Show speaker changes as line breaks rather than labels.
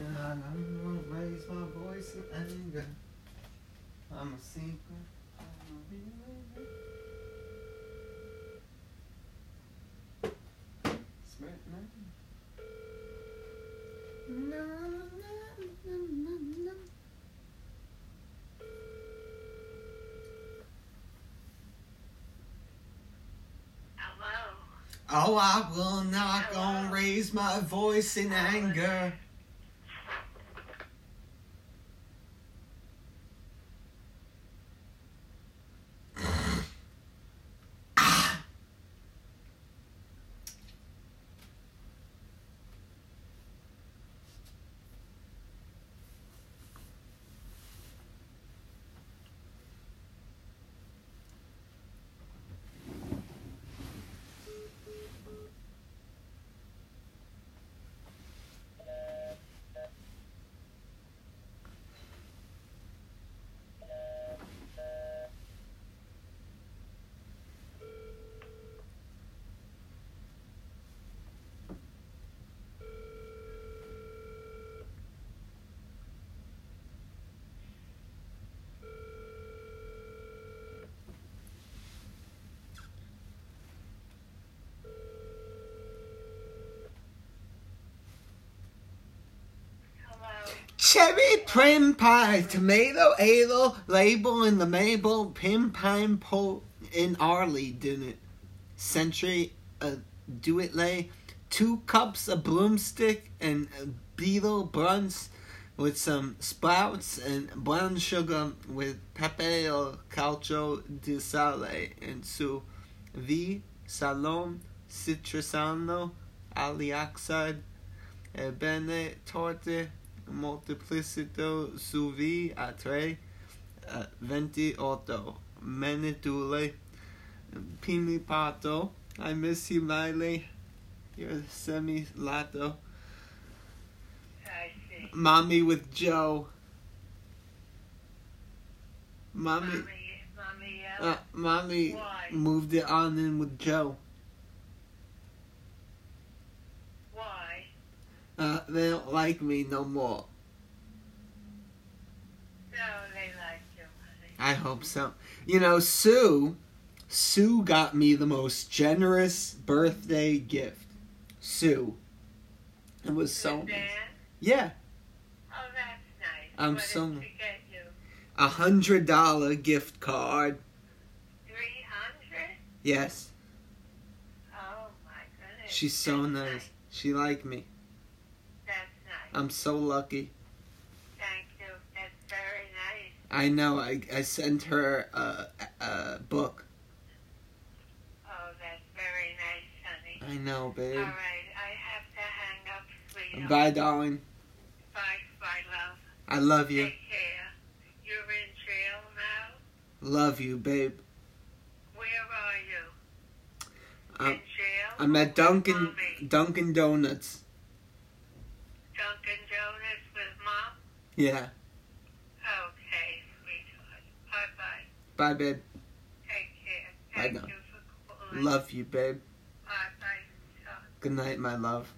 I'm gonna raise my voice in anger. I'm a sinker. I'm a believer. Smith man. No, no, no, no, no.
Hello.
Oh, I will not
Hello?
gon' raise my voice in anger.
Hello.
Cherry prim pie, tomato ale, label in the maple, pin pine pole in Arley, did it. Century, uh, do it lay. Two cups of broomstick and uh, beetle brunch with some sprouts and brown sugar with pepe or calcio di sale and su v salome citrusano alioxide e bene torte multiplicito suvi a tre uh, venti otto menidule pimipato I miss you Miley you're semi lato
I see.
mommy with Joe mommy
Mommy, mommy,
uh,
uh,
mommy
Why?
moved it on in with Joe
why?
uh, they don't like me no more
No, they like you, honey.
I hope so. You know, Sue, Sue got me the most generous birthday gift. Sue. It was so
Suzanne?
yeah,
Oh, that's nice.
I'm
what
so-
Did she get you?
a hundred dollar gift card.
300?
Yes,
Oh, my goodness.
she's so
That's
nice. Uh. She liked me.
That's nice.
I'm so lucky.
Thank you. That's very nice.
I know. I I sent her a, a book.
Oh, that's very nice, honey.
I know,
All
babe.
right, I have to hang up, sweetheart.
Bye, darling.
Bye, bye, love.
I love you.
Take care. You're in jail now?
Love you, babe.
Where are you?
I'm,
in jail?
I'm at Dunkin'
Mommy.
Dunkin' Donuts.
Dunkin' Donuts with Mom?
Yeah.
Okay, sweetheart. Bye-bye.
Bye, babe.
Take care.
Bye
Thank
now.
you for calling.
Love you, babe.
Bye-bye, son.
Good night, my love.